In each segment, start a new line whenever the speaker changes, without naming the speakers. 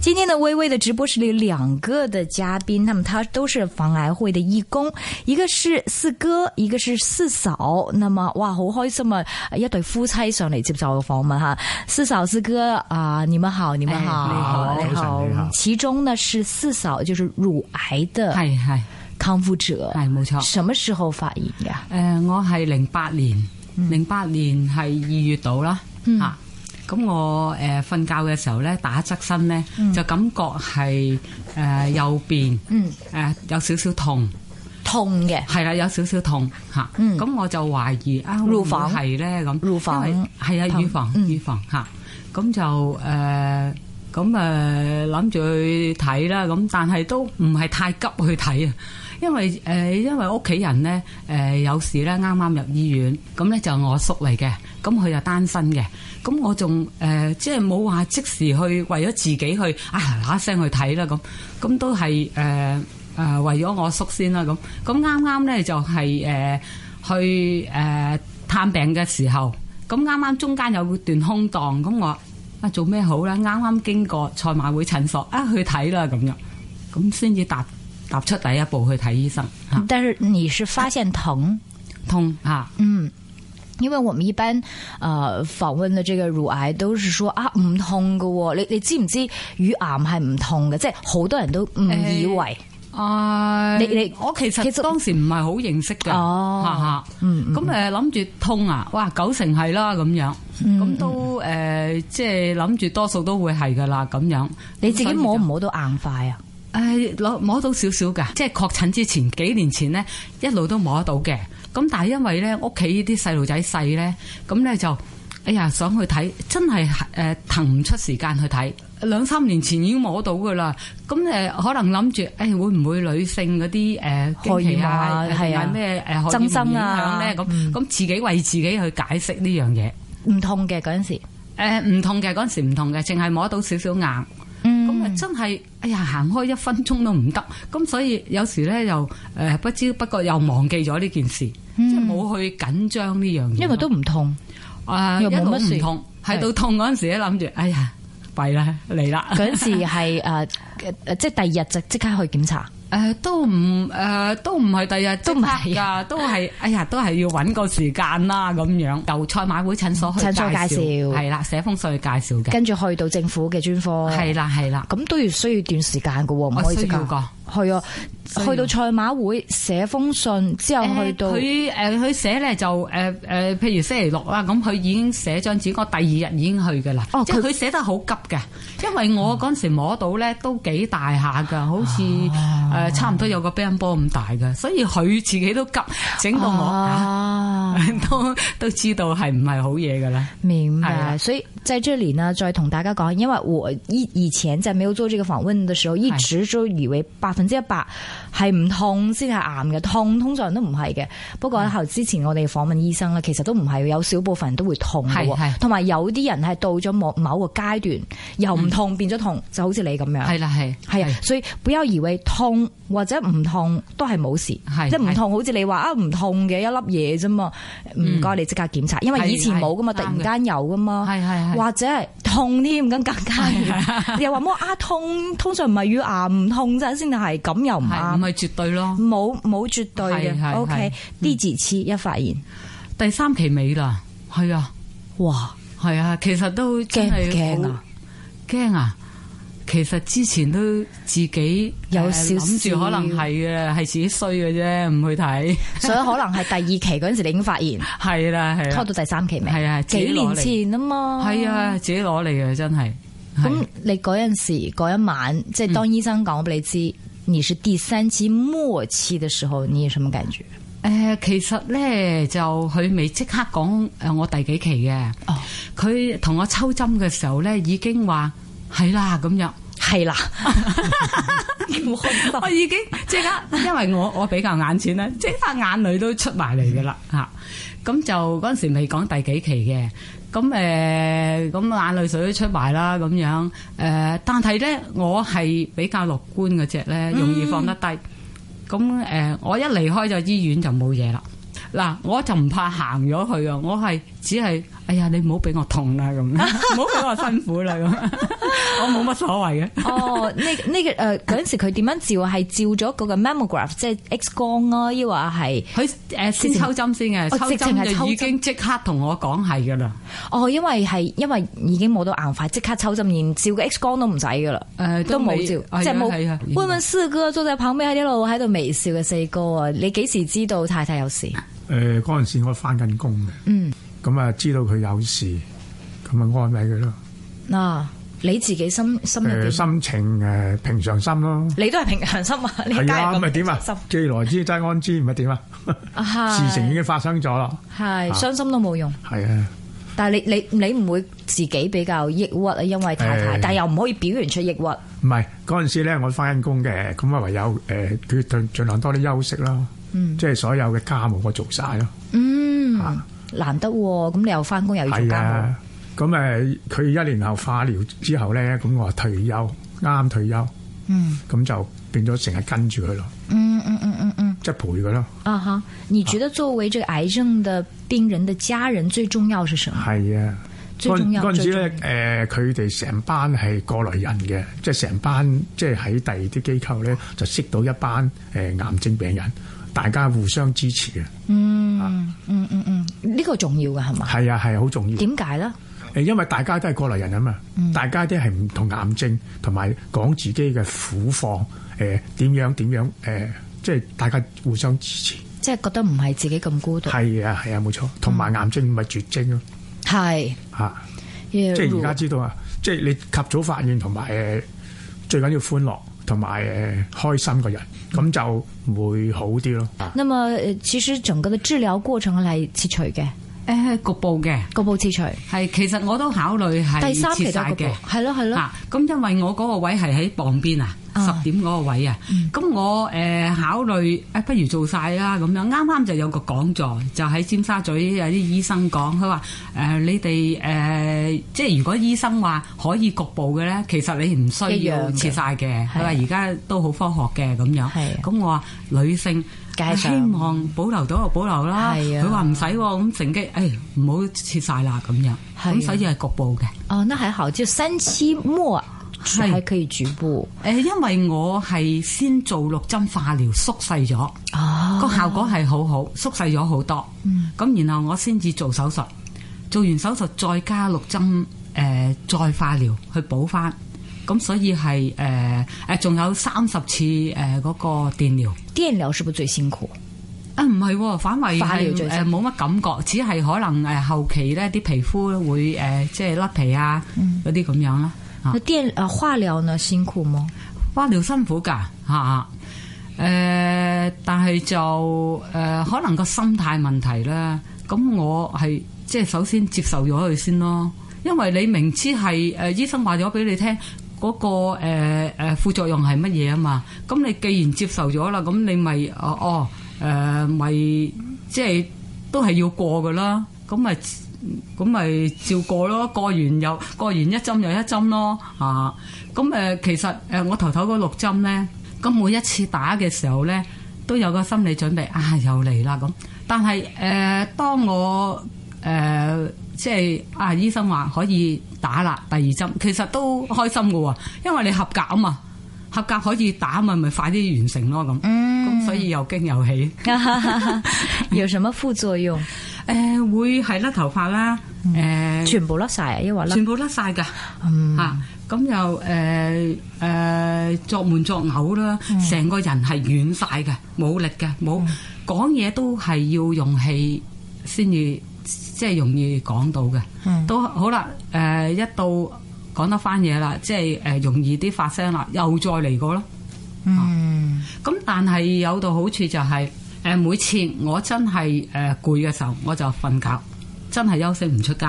今天的微微的直播室里有两个的嘉宾，那么他都是防癌会的义工，一个是四哥，一个是四嫂。那么哇，好開心啊！一對夫妻上嚟接受訪問哈。四嫂、四哥啊、你們好，你們好，
哎你好早晨你好
其中呢是四嫂，就是乳癌的
係係
康復者，
係冇錯。
什麼時候發現呀？
誒、我係零八年，零八年係二月到啦嚇。咁、我誒瞓、覺嘅時候咧，打側身咧，就感覺係誒、右邊誒、
嗯，
有少少痛，
痛嘅，
係啦，有少少痛嚇。咁、
嗯
我就懷疑啊，
乳房
會唔會係咧咁，
乳房
因為係啊，
痛
乳房
嗯
乳房嚇。咁就誒。咁誒諗住去睇啦，咁但係都唔係太急去睇啊，因為誒、因為屋企人咧誒、有時咧啱啱入醫院，咁咧就我叔嚟嘅，咁佢就單身嘅，咁我仲誒、即係冇話即時去為咗自己去啊嗱嗱聲去睇啦咁，咁都係誒誒為咗我叔先啦咁，咁啱啱咧就係、誒、去誒、探病嘅時候，咁啱啱中間有段空檔，咁我。啊做咩好咧？啱啱經過賽馬會診所啊，去睇啦咁樣，咁先至踏踏出第一步去睇醫生嚇、
但是你是發現疼。
痛嚇。
嗯，因為我們一般呃訪問的這個乳癌都是說啊唔痛嘅、喎。你你知唔知乳癌係唔痛嘅？即係好多人都誤以為，
啊！
你你
我其實
其實
當時唔係好認識嘅，
哦
嚇嚇
嗯嗯
咁誒諗住痛啊，哇九成係啦咁樣，咁都誒即係諗住多數都會係噶啦咁樣。
你自己摸唔
咁所以就
摸到硬塊啊？
誒攞摸到少少㗎，即係確診之前幾年前呢，一路都摸得到嘅。咁但係因為呢屋企啲細路仔細呢，咁呢就哎呀想去睇，真係誒騰唔出時間去睇。兩三年前已經摸到㗎啦，咁誒可能諗住誒會唔會女性嗰啲誒
荷
經期
爾
啊
蒙啊係啊
誒同埋咩誒荷爾蒙
增生啊
影響咧？咁咁自己為自己去解釋呢樣嘢。
唔痛嘅嗰陣時，
誒唔痛嘅嗰陣時唔痛嘅，淨係摸到少少硬。咁啊
嗯，
真係，哎呀，行開一分鐘都唔得，咁所以有時咧又誒、呃不知不覺又忘記咗呢件事，即係冇去緊張呢樣嘢。
嗯因為都唔痛，
啊、
又
一
冇
路
乜事
唔痛，係到痛嗰陣時咧諗住，哎呀，弊啦嚟啦。
嗰陣時 係誒誒呃即係第二日就即刻去檢查。
誒、都唔誒、都唔係第日
都唔係
即刻㗎，都係哎呀，都係要揾個時間啦咁樣。由賽馬會診所去
嗯診所介紹
係啦，寫封信去介紹嘅，
跟住去到政府嘅專科，
係啦係啦，
咁都要需要段時間嘅喎，唔
我
可以即
哦需要
刻。
個。
係啊，
需要
去到賽馬會寫封信之後，去到
誒佢誒佢寫咧就誒誒、譬如星期六啦，咁佢已經寫張紙，我第二日已經去嘅啦。
哦
即係佢寫得好急嘅，因為我嗰陣時摸到咧都幾大下㗎，好似誒、差唔多有個乒乓波咁大嘅，所以佢自己都急，整到我、
啊。
都都知道係唔係好嘢㗎啦。
明
係
白，
啦
所以在这里呢，再同大家講，因為我以以前在沒有做這個訪問的時候，一直都以為百分之一百係唔痛先係癌嘅，痛通常都唔係嘅。不過後之前我哋訪問醫生咧，其實都唔係，有少部分人都會痛嘅
係
喎，
係
同埋有啲人係到咗某某個階段，由唔痛變咗痛，就好似你咁樣。
係啦，係
係啊，所以不要以為痛或者唔痛都係冇事，
係
即係唔
係嗯
痛，好似你話啊唔痛嘅一粒嘢啫嘛，唔該你即刻檢查，因為以前冇噶嘛，突
係係
然間有噶嘛，
係係係
或者係痛添咁更加嚴，又話麼啊痛，通常唔係乳癌唔痛啫，先係咁又唔
係唔
啱，
係絕對咯？
冇冇絕對
係
嘅
係
，OK，
係嗯
呢字次一發現，
第三期尾啦，係啊。
哇，
係啊，其實都真
驚
係
唔驚啊
好？驚啊！其實之前都自己
有
呃
少
諗
少
住，可能係嘅，係自己衰嘅啫，唔去睇。
所以可能係第二期嗰陣時你已經發現，
係啦，係
拖到
啦，
第三期未？
係啊
幾
自己攞
年
嚟
前啊嘛，
係啊，自己攞嚟嘅真係。係
咁你嗰陣時嗰一晚，即
嗯
係當醫生講俾你知，你是第三期末期嘅時候，你有什麼感覺？
誒、其實咧就佢未即刻講誒我第幾期嘅
哦，
佢同、我抽針嘅時候咧已經話係啦咁樣。
係啦，我開心
我已經即刻，因為我我比較眼淺咧，即刻眼淚都出埋嚟噶啦嚇。咁就嗰陣時未講第幾期嘅，咁誒咁眼淚水都出埋啦咁樣誒、呃但係咧我係比較樂觀嗰只咧，容易放得低。咁誒、呃我一離開咗醫院就冇嘢啦。嗱，我就唔怕行咗去啊！我係只係哎呀，你唔好俾我痛啦咁， 唔好俾我辛苦啦咁，我冇乜所謂嘅。
哦，呢呢個誒嗰陣時佢點樣照係照咗嗰個 mammograph，即係 X 光啊，抑或係
佢誒先抽針先嘅，
哦
抽
直情係抽
針就
針
已經即刻同我講係噶啦。
哦，因為係因為已經冇到硬塊，即刻抽針，連照個 X 光都唔使噶啦。
誒
都冇照，即係
係啊
冇。問問四哥坐在旁邊喺一路喺度微笑嘅四哥啊，你幾時知道太太有事？
誒呃嗰陣時我翻緊工嘅，
嗯，
咁啊知道佢有事，咁啊安慰佢咯。
嗱、你自己心心入
誒、
邊，
心情誒、呃平常心咯。
你都係平常心啊，你梗
係
係
啊，
咁
咪點啊
平常？
既來之則安之，唔係點啊？
心
事情已
係
經發生咗啦，
係傷心都冇用，
係啊。
但係你你你唔會自己比較抑鬱啊，因為太太，
誒
但係又唔可以表現出抑鬱。
唔係嗰陣時咧，我翻緊工嘅，咁啊唯有誒，佢、盡盡量多啲休息啦。即係所有嘅家務我做晒咯。
嗯
啊，
難得喎，咁你又翻工又要做
係
家
啊，咁誒，佢一年後化療之後咧，咁我退休，啱退休，
務，嗯
咁就變咗成日跟住佢咯，
嗯嗯嗯嗯嗯，
即係陪佢咯。
啊哈！你覺得作為這個癌症的病人的家人最重要是什麼？
係啊，
最重要
嗰陣時
最重
咧，誒佢哋成班係過來人嘅，即係成班即係喺第二啲機構咧，就識到一班誒、癌症病人，大家互相支持嘅，
嗯嗯嗯嗯，呢個重要嘅係嘛？
係啊係好重要。
點嗯解咧？
誒，因為大家都係過來人啊嘛，大家都係唔同癌症，同埋講自己嘅苦況，誒、點樣點樣，誒、即係大家互相支持。
即係覺得唔係自己咁孤獨，
係啊係啊，冇錯。同
嗯
埋癌症唔係絕症咯，
係
嚇、
即
即係而家知道啊，即係你及早發現同埋誒，最緊要歡樂同埋誒開心個人，咁就會好啲咯。
那麼呃其實整個嘅治療過程係切除嘅，
誒局部嘅
局部切除，
係，其實我都考慮係
第三期
切
就
晒
係局
嘅
部，。係咯係咯，
啊，咁因為我嗰個位係喺傍邊啊，
啊嗯
十點嗰個位啊，咁、我誒、呃考慮誒不如做晒啦咁樣，啱啱就有個講座，就喺尖沙咀有啲醫生講，佢話誒你哋誒、呃即係如果醫生話可以局部嘅咧，其實你唔需
一樣
要
嘅
切晒嘅，佢
係啊
話而家都好科學嘅咁樣
係啊，
咁我話女性啊
梗係
希
想
望保留到就保留啦，
係啊
佢話唔使喎，咁乘機誒唔好切晒啦咁
係
樣，
啊
咁所以係局部嘅。
哦，那還好，就三期末
係
還可以局部
誒，呃因為我係先做六針化療，縮細咗，
哦嗯
個效果係好好，縮細咗好多。咁然後我先至做手術，做完手術再加六針，誒、再化療去補翻。咁所以係誒誒，仲、有三十次呃誒嗰、個電療。
電療是不是最辛苦？
啊，唔係喎，反為
化療最
係
辛
誒冇乜感覺，只係可能誒、後期咧啲皮膚會誒、即係甩皮啊
嗯
嗰啲咁樣啦。啊
那電呃化療呢辛苦 嗎？
化療辛苦㗎嚇。啊誒、但係就誒、可能個心態問題啦。咁我係即係首先接受咗佢先咯，因為你明知係誒、醫生話咗俾你聽嗰、個誒、誒副作用係乜嘢啊嘛。咁你既然接受咗啦，咁你咪哦哦誒咪、即係都係要過㗎啦。咁咪咁咪照過咯，過完又過完一針又一針咯，啊！咁誒、呃其實誒、呃我頭頭嗰六針咧，咁每一次打嘅時候咧，都有個心理準備啊，又嚟啦咁。但係誒、呃，當我誒、呃即係啊，醫生話可以打啦，第二針，其實都開心嘅喎，因為你合格啊嘛，合格可以打咪咪快啲完成咯咁。
嗯，
咁所以又驚又喜。
有什麼副作用？
誒、呃會係甩頭髮啦，誒、
嗯全部甩晒啊，抑或甩
嗯全部甩晒㗎。
嗯
啊，咁又誒誒作悶作嘔啦，
嗯
成、個人係軟晒嘅，冇力嘅，冇講嘢都係要用氣先至，即係容易講到嘅。
嗯
都好啦，誒、一到講得翻嘢啦，即係誒、呃容易啲發聲啦，又再嚟過咯。
嗯
咁但係有到好處就係、誒每次我真係誒攰嘅時候，我就瞓覺，真係休息唔出街。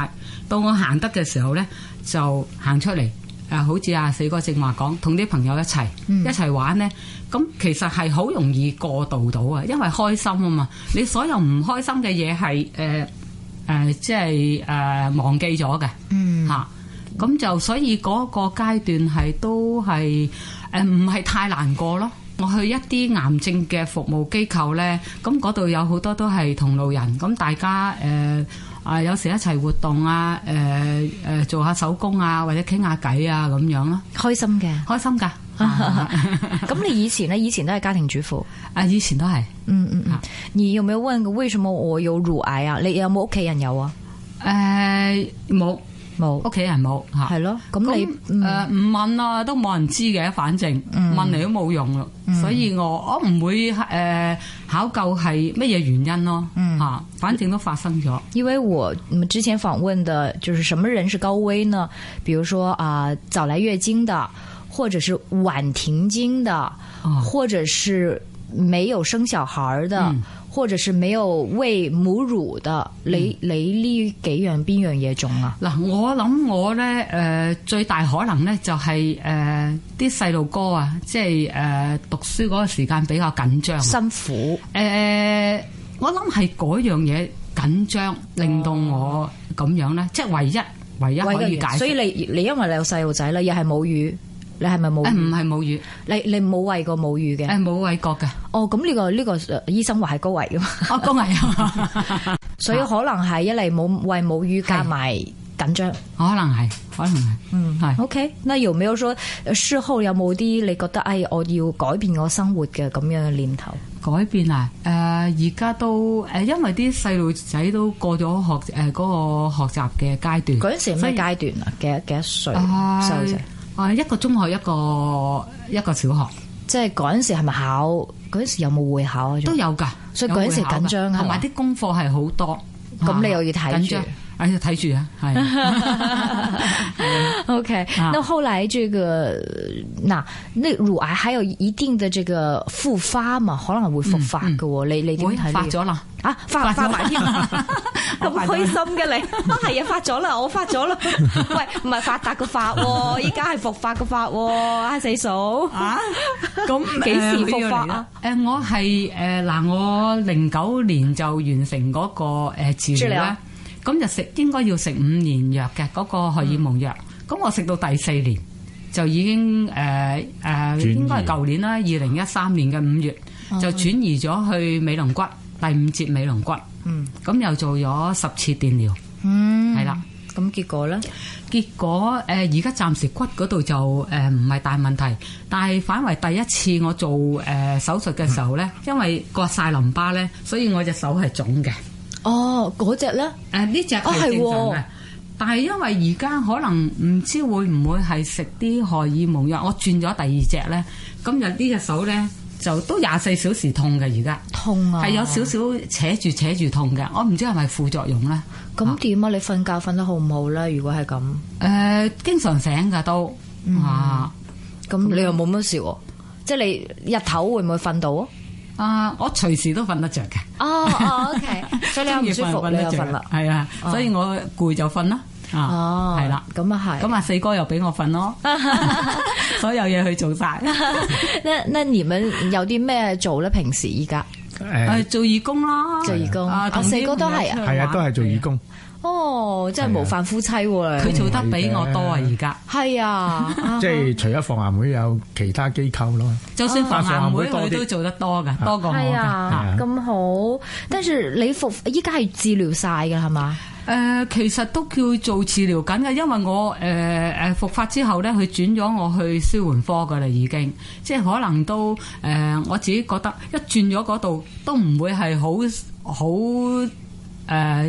到我行得嘅時候呢，就行出嚟誒、好似阿四哥正話講，同啲朋友一齊、一齊玩呢。咁其實係好容易過渡到啊，因為開心啊嘛。你所有唔開心嘅嘢係誒誒，即係誒、忘記咗嘅。
嗯
嚇。咁就所以嗰個階段係都係誒唔係太難過咯。我去一啲癌症嘅服務機構呢，咁嗰度有好多都係同路人，咁大家誒啊、啊，有時一齊活動啊，誒、誒、做下手工啊，或者傾下偈啊咁樣咯，
開心 嘅。
開心㗎。à,
咁你以前呢？以前都係家庭主婦。
啊，以前都係。
嗯嗯嗯
啊。
你有冇有問過為什麼我有乳癌啊？你有冇屋企人有啊？
誒冇，
冇
屋。企人冇嚇。
係咯，咁你
咁
嗯
誒唔問啦，都冇人知嘅，反正問嚟都冇用咯。
嗯
所以我我唔會誒考究係乜嘢原因咯
嗯
嚇，反正都發生咗。
因为我嗯之前访问的就是什么人是高危呢？比如说啊、早来月经的，或者是晚停经的，
哦
或者是没有生小孩儿的，
嗯
或者是没有喂母乳的。你你呢几样边样嘢中啊？
嗱，我諗我咧誒、呃最大可能咧就係誒啲細路哥啊，即係誒、呃、讀書嗰個時間比較緊張。
辛
誒、
苦，
我諗係嗰樣嘢緊張，令到
哦
我咁樣咧，即係唯一唯一可以解
所以
釋。
你你因為你有細路仔啦，又係母乳，你係咪母
誒
乳？
呃唔係母語，呃
你你冇喂過母乳嘅？
誒冇畏 國嘅，
哦，咁呢、個呢、個呃醫生話係高危噶嘛？
我高危啊，
所以可能係一嚟冇喂母乳加埋緊張。
可能係，可能係，嗯係。
OK，那有沒有說呃事後有冇啲你覺得，哎，我要改變我生活嘅咁樣嘅念頭？
改變啊！誒而家都誒、因為啲細路仔都過咗學誒嗰、個學習嘅階段，
嗰陣時係
所
咩
以
階段啊？幾多幾多歲
啊
細路仔？
啊，一個中學一個一個小學
即係嗰陣時係咪考？嗰陣時有冇會考啊？
都 有㗎，
所以嗰陣時
有會考㗎
緊張啊
同埋啲功課係好多，
咁你
啊
又要睇住
緊張哎呀睇住啊， 係
OK，
啊
那後來這個嗱，那乳癌還有一定的這個復發嘛，可能會復發嘅喎。 你你點
會
睇
發
呢？
咗啦，
啊， 發發
發咗
埋 添，咁
發咗
開心嘅你，啊係啊，發咗啦，我發咗啦，喂，唔係發達嘅發喎，依家係復發嘅發喎，啊死嫂，
啊，咁
幾時
誒
復發啊？
佢要嚟啦誒，我係誒嗱，我零九年就完成嗰個誒治療
治療
啦，咁就食應該要食五年藥嘅嗰個荷爾蒙藥，咁我食到第四年就已經誒
轉
誒，
移
應該係舊年啦，二零一三年嘅五月就轉移咗去尾龍骨第五節尾龍骨，
嗯，
咁又做咗十次電療，
嗯，
係啦。
咁結果咧，
結果誒而家暫時骨嗰度就誒唔係大問題，但係反為第一次我做誒、呃手術嘅時候咧，因為割晒淋巴咧，所以我隻手係腫嘅。
哦，嗰只咧，
誒呢隻
哦
係
係
正常嘅。
喎
但係因為而家可能唔知會唔會係食啲荷爾蒙藥，我轉咗第二隻咧，咁就呢隻手咧就都廿四小時痛嘅而家，
痛啊，
係有少，少扯住扯住痛嘅，我唔知係咪副作用咧。
咁點啊？你瞓覺瞓得好唔好咧？如果係咁，
誒、經常醒㗎都啊
咁你又冇乜事喎，即係你日頭會唔會瞓到啊？
啊！我隨時都瞓得着嘅，
哦哦，OK，所 以你又唔舒 服，你又瞓啦。
係啊，所以我攰就瞓啦，
哦
啊，，係啦，
咁啊 係。
咁啊四哥又俾我瞓咯， 所有嘢佢做晒，
那那你們有啲咩做咧？平時依家
誒
誒
做義工啦，
做義工
啊
啊
同
四
啲
哥都
朋友
係啊
出去
呃係啊，
玩
都係做義，工，
哦，真係模範夫妻喎！
啊佢
你
做得比我多啊而家，
係 啊，啊
即係除咗防癌會有其他機構咯。
就算防癌會
啊防癌會
佢
多啲
都做得多噶，多過我
係啊，
㗎。
咁好。但是你服依家係治療晒㗎係嘛？
誒，呃其實都叫做治療緊嘅，因為我誒誒復發之後咧，佢轉咗我去舒緩科噶啦，已經即係可能都誒、呃我自己覺得一轉咗嗰度都唔會係好好誒，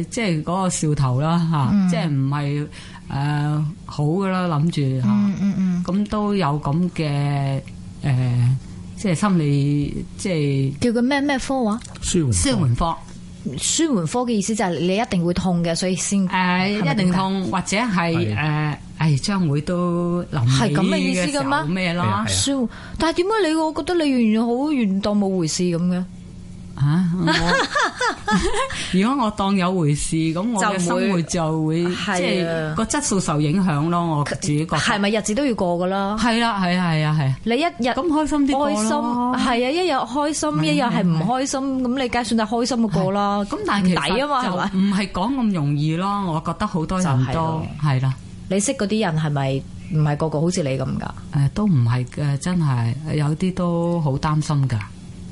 即係嗰個兆頭啦嚇，
嗯
即係唔係誒好噶啦，諗住嚇，咁、
嗯嗯，
都有咁嘅誒，即係心理即
叫佢咩咩科話？
舒
係
緩
舒緩科。
舒緩科嘅意思就係你一定會痛嘅，所以先
誒、一定痛，或者係
係
誒誒將會都臨
係咁嘅意思
嘅時
嘅
候
咩
咩
係
啦
啊係啊
舒緩。但係點解你我覺得你完全好完當冇回事咁嘅？
嚇！ 我如果我當有回事，咁我嘅
就會
生活就會即
係啊
係個質素受影響咯。我自己覺得
係咪日子都要過㗎啦？
係啦，係啊，係啊，係啊。
你一日
咁開心啲過
開
咯啊
心係啊，一日開心，一日係唔開心，咁你梗係算係開心嘅過啦。
咁但係其
唔抵啊嘛係嘛
實就唔係講咁容易咯。我覺得好多人
就係
都
咯
係啦。
你識嗰啲人係咪唔係個個好似你咁噶？
誒都唔係嘅，真係有啲都好擔心㗎。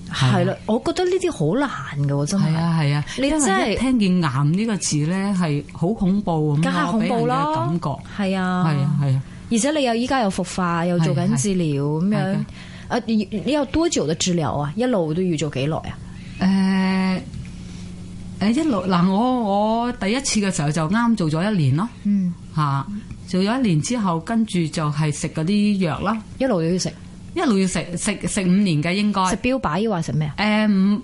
係啦，我覺得呢啲好難嘅喎，真
係
係。
啊係啊，
你
因為
真係
一聽見癌呢個字咧係好恐怖咁
梗係
咯，
恐
俾人
怖
嘅
啦，
感覺
係啊，
係啊係啊。
而且你又依家又復發，又做緊治療咁
係
樣
嘅。
誒，你你有多久嘅治療啊？一路都要做幾耐啊？
誒、誒一路嗱，我我第一次嘅時候就啱做咗一年咯，
嗯，
嚇、做咗一年之後，跟住就係食嗰啲藥啦，
一路都要食。
一路要食食食五年嘅應該，
食
誒
標靶抑或食咩啊？
五、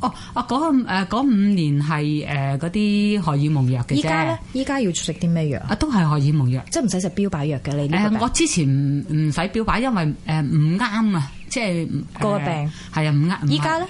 哦啊嗰個誒嗰五年係誒嗰啲荷爾蒙藥嘅
依家咧
啫，，
依家要食啲咩藥啊？
啊都係荷爾蒙藥。
即係唔使食標靶藥嘅你
誒、
呢個病
我之前唔唔使標靶，因為誒唔啱啊，即係唔
個
誒
病
係啊唔啱。唔啱
依家咧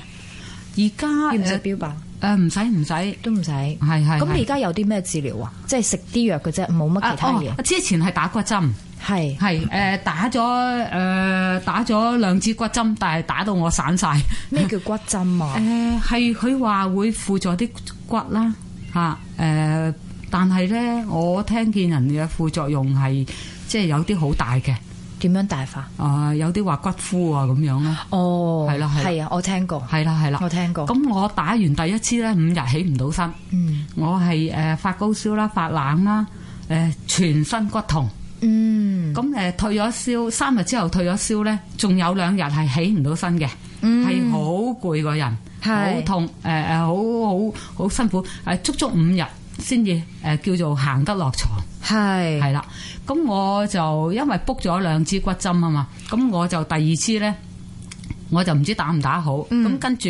而家
要唔食
誒
標靶
誒唔使唔使，係
都唔使。咁
係。係
你而家有啲咩治療啊？即係食啲藥嘅啫，冇乜其他嘢
啊。哦、之前係打骨針，
係
係誒、呃打咗誒、呃打咗兩支骨針，但係打到我散晒。
咩叫骨針啊？
誒係佢話會輔助啲骨啦嚇誒、呃但係咧我聽見人嘅副作用係即係有啲好大嘅，
點樣大法？
啊、有啲話骨枯啊咁樣啦，
哦，
係啦係啦
係啊，我聽過，
係啦係
我
啦。
聽過。
咁我打完第一支咧，五日起唔到身，
嗯
我係誒、呃、發高燒啦、發冷啦、誒、全身骨痛。
嗯
咁誒退咗燒，三日之後退咗燒咧，仲有兩日係起唔到身嘅，
嗯
係好攰個人，
係
好痛，誒誒好好好辛苦，誒足足五日先至誒叫做行得落床，
係
係啦。咁我就因為 book 咗兩支骨針啊嘛，咁我就第二支咧。我就唔知打唔打好，咁、跟住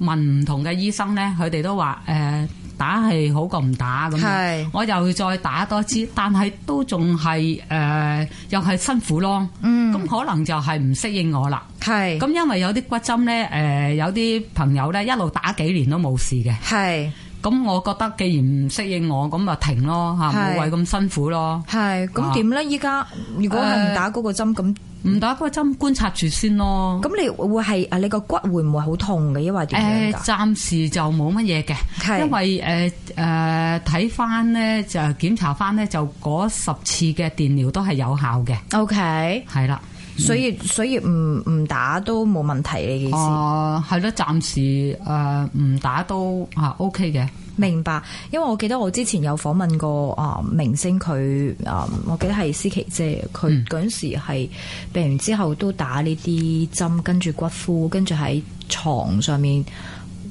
問唔同嘅醫生咧，佢哋都話誒、打係好過唔打咁樣。
係
我又再打多支，但係都仲係誒，又係辛苦咯。
嗯
咁、可能就係唔適應我啦。
係
咁因為有啲骨針咧，誒、有啲朋友咧一路打幾年都冇事嘅。
係
咁我覺得既然唔適應我，咁咪停咯嚇，
係
冇謂咁辛苦咯。
係咁
啊
點咧？依家如果係唔打嗰個針咁，
唔打嗰個針觀察住先咯。
咁你會係啊？你個骨會唔會好痛嘅？抑或點樣
誒，
㗎？
暫時就冇乜嘢嘅。
係
因為誒誒睇翻咧就檢查翻咧就嗰十次嘅電療都係有效嘅，
O K，
係啦。
所以所以唔唔打都冇問題，你嘅意思？
哦，係咯，暫時誒唔打都啊 OK 嘅，
明白，因為我記得我之前有訪問過啊明星佢啊，我記得係思琪姐，佢
嗯
嗰陣時係病完之後都打呢啲針，跟住骨敷，跟住喺床上面，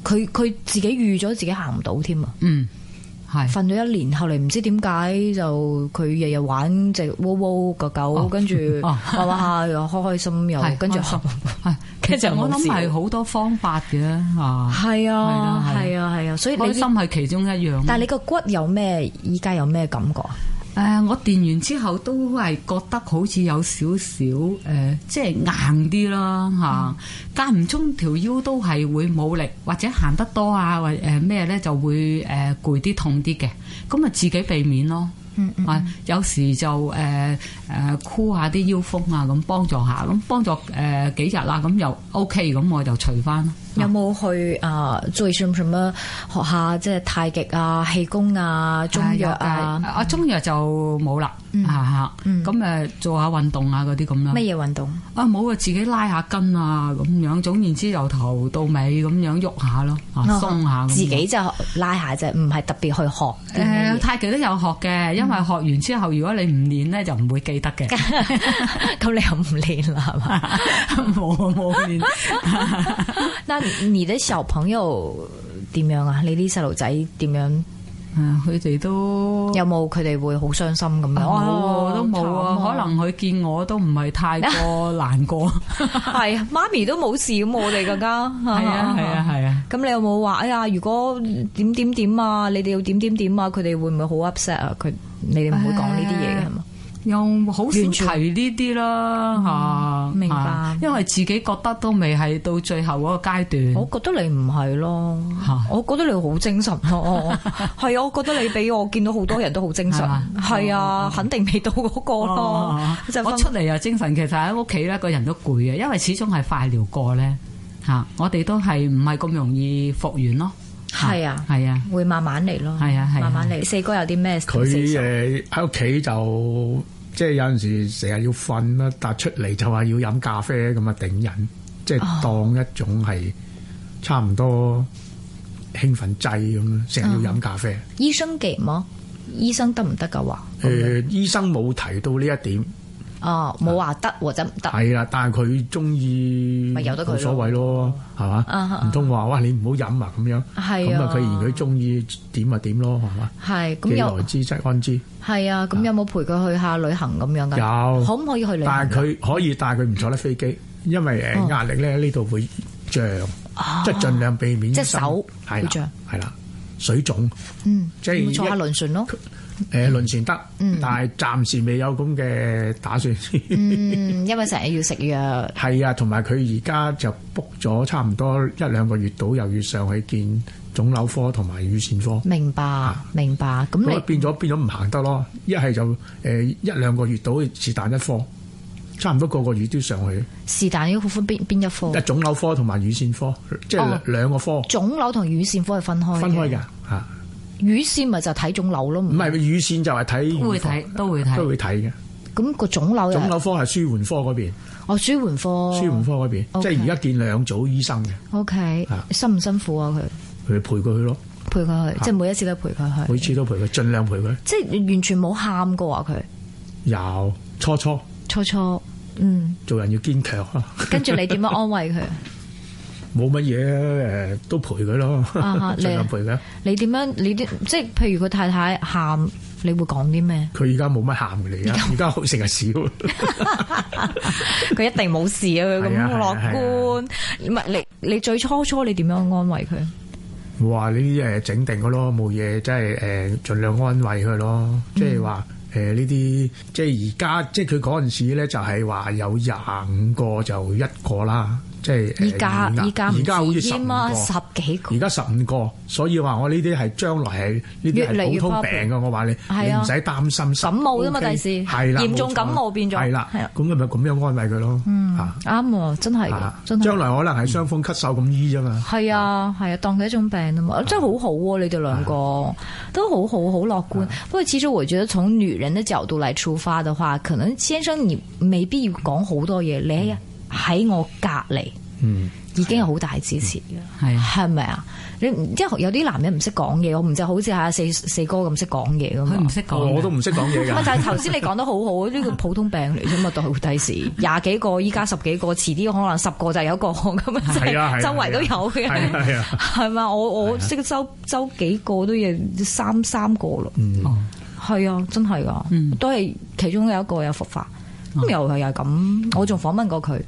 佢佢自己預咗自己行唔到添啊，
嗯，係。
瞓咗一年，後嚟唔知點解就佢日日玩只窩窩個狗，
哦
跟住
哦
玩玩下又開開心又
係
跟住
開心
跟
其
住就
實我
冇
諗
事
係好多方法嘅嚇，
係啊
啦
係啊係啊，所以
開
你
心係其中一樣。
但係你個骨有咩依家有咩感覺啊？
誒，呃我電完之後都係覺得好似有少少誒，即係硬啲啦
嗯
嚇。間唔中條腰都係會冇力，或者行得多啊，或誒咩咧就會誒攰啲痛啲嘅。咁啊自己避免咯。
嗯嗯。
啊，有時就誒誒箍下啲腰風啊，咁幫助下，咁幫助誒、呃、幾日啦，咁又 OK，咁我就除翻。
有冇去啊、呃最算唔算乜學下即係太極啊、氣功啊、中藥啊
啊，有嘅啊中藥就冇啦，
嗯
嚇嚇，
嗯
咁誒做下運動啊嗰啲咁啦。
乜嘢運動？
啊冇啊，自己拉下筋啊咁樣，總言之由頭到尾咁樣喐下咯，啊
哦
鬆下咁樣。
自己就拉下啫，唔係特別去學啲
誒、
乜
太極都有學嘅，因
嗯
為學完之後，如果你唔練咧，就唔會記得 嘅。
嘢。 咁你又唔練啦，係 嘛？
冇啊冇練。
那你啲小朋友點樣啊？你啲細路仔點樣？
啊佢哋都
有冇佢哋會好傷心咁樣？
冇
哦
啊，都冇啊， 可。能佢見我都唔係太過難過。
慘係啊媽咪都冇事咁，我哋更加 係
係啊，係啊，。係啊。
咁你有冇話哎呀？如果點點點啊，你哋要點點點啊，佢哋會唔會好 upset 啊？佢你哋唔會講呢啲嘢嘅係嘛？
又好少
完全嗯
提呢啲啦嚇，啊
明白
啊因為自己覺得都未係到最後嗰個階段
我覺得你唔係咯
嗯嚇，
我覺得你好精神咯，係啊，我 覺得你比我見到好多人都好精神
係嘛，
係啊，肯定未到嗰個咯
哦。
就
我
分
出嚟啊精神，其實喺屋企咧個人都攰嘅，因為始終係快療過咧嚇，啊我哋都係唔係咁容易復原咯。嚇
係啊
係啊，
會慢慢嚟咯，
係啊係啊
慢慢嚟。四哥有啲咩？
佢啊
四叔
誒喺屋企就即係有陣時成日要瞓啦，但出嚟就話要飲咖啡咁啊頂癮，即係當一種係差唔多興奮劑咁啦，成日要飲咖啡。
醫生忌麼？醫生得唔得噶話？
誒、呃醫生冇提到呢一點，
哦，冇話得或者唔得。
係啦，但係佢中意
咪由得佢咯
冇所謂咯，係
啊哈
嘛？唔通話哇你唔好飲啊咁樣，
係
咁
啊
啊佢而佢中意點就點咯，係嘛？
係咁
既
有
來之則安之，
係啊，咁有冇陪佢去下旅行咁樣噶？
有
可唔可以去旅行
但
㗎？
係佢可以，但係佢唔坐得飛機，因為
哦
誒壓力咧呢度會脹，
啊
即係盡量避免
即係
心
手
係
會脹
啦，係啦，水腫。
嗯，
即係
咪坐下
一
輪船咯。
誒輪船得，但係暫時未有咁嘅打算。
嗯，因為成日要食藥。
係啊，同埋佢而家就 book 咗差唔多一兩個月到，又要上去見腫瘤科同埋乳腺科，
明白，明白。咁
咁啊
你
變咗變咗唔行得咯。一係就誒一兩個月到是但一科，差唔多個個月都要上去，
是但要分邊邊一
一
哦
科？
腫瘤科同埋乳腺科，即
哦
係兩個科
腫瘤同乳腺科係分開
分開
哦
㗎。嚇。
乳腺咪就睇腫瘤咯，唔
唔係乳腺就係睇
都會
預防
睇都會睇
都會睇嘅。
咁個腫瘤又
腫
係
瘤科係舒緩科嗰邊，
哦舒緩科，
舒緩科嗰邊，
OK
即係而家見兩組醫生嘅，
O K，
啊
辛唔辛苦啊？佢
佢陪佢去咯。
陪佢去，即係每一次都陪佢去，
每次都陪佢，盡量陪佢。
即係完全冇喊過啊！佢
由初初
初初嗯，
做人要堅強啊，
跟住你點樣安慰佢？
冇乜嘢誒，都陪佢咯，
啊哈
盡量
你
陪佢。
你點樣？你啲即係譬如佢太太喊，你會講啲咩？
佢而家冇乜喊嘅嚟啊，而家好 成日笑。
佢一定冇事啊！佢
係啊係
咁
啊
樂觀，唔係你你最初初你點樣安慰佢？
我話你誒整定嘅咯，冇嘢，即係誒盡量安慰佢
嗯
咯，即係話。誒呢啲即係而家，即係佢嗰陣時咧，就係話有廿五個就一個啦，即係誒
依家
乳癌
依家
而家好
唔止
似十五
添啊，十
個，
幾個
而家十五個，所以話我呢啲係將來係呢啲
越嚟
係
越
普通病
popular
嘅，我話你
係
你
啊
唔使擔心
感冒啫嘛
OK，
第時
係啦，
嚴重
冇錯
感冒變咗
係啦，
係啦
咁佢咪咁樣安慰佢咯，嚇
啱啊！真係㗎
嚇，
真係
將。來可能係傷風咳嗽咁醫啫嘛，
係啊，係啊，當佢一種病啊嘛，真係好好喎！你哋兩個都好好，好樂觀。不過其實我覺得從女人的角度嚟出發的話，可能先生你未必要講好多嘢，你喺喺我隔離
嗯。
已經係好大支持嘅，
係啊，
係咪啊？你唔即係有啲男人唔識講嘢，我唔就好似阿四四哥咁識啊講嘢噶
佢唔
嘛。
識講嘅，
我都唔識講
咪
嘢㗎
就。係頭先你講得好好，呢個普通病嚟啫嘛，到第時廿幾個，依家十幾個，遲啲可能十個就有一個咁樣，即
係啊係啊
係周圍都有嘅。
係啊係啊，
係嘛？我我識周周幾個都要三三個咯，
嗯
哦
係啊，真係噶，都係其中有一個有復發，咁又係又係咁，我仲訪問過佢，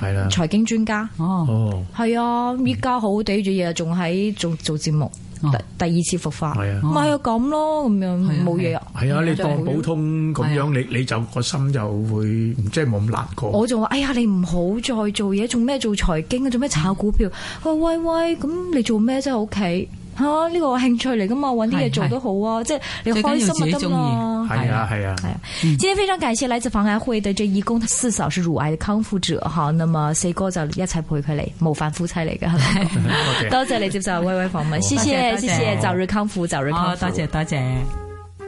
係啊啦，
財經專家，
哦
哦，
係啊，依家好好地住嘢，仲喺做做節目，第
哦
第二次復發，
係啊
咪係咁咯，咁
係
樣
啊
冇嘢啊，
係啊，你當普通咁
係
樣，你你就個心就會即係冇咁難過。
我就話：哎呀，你唔好再做嘢，做咩做財經啊？做咩炒股票？佢話：喂喂，咁你做咩啫？喺屋企嚇呢個興趣嚟噶嘛，揾啲嘢做都好啊，即係你開心咪得嘛。
係啊係啊，
哎呀，今天非常感謝來自防癌會的這義工，他四嫂是乳癌的康復者哈。那麼四哥就一齊陪佢嚟，模範夫妻嚟噶。
多謝。
多謝你接受威威訪問，謝謝
多謝
謝
多謝
謝，早日康復，早日
哦
康，復
多。謝多謝。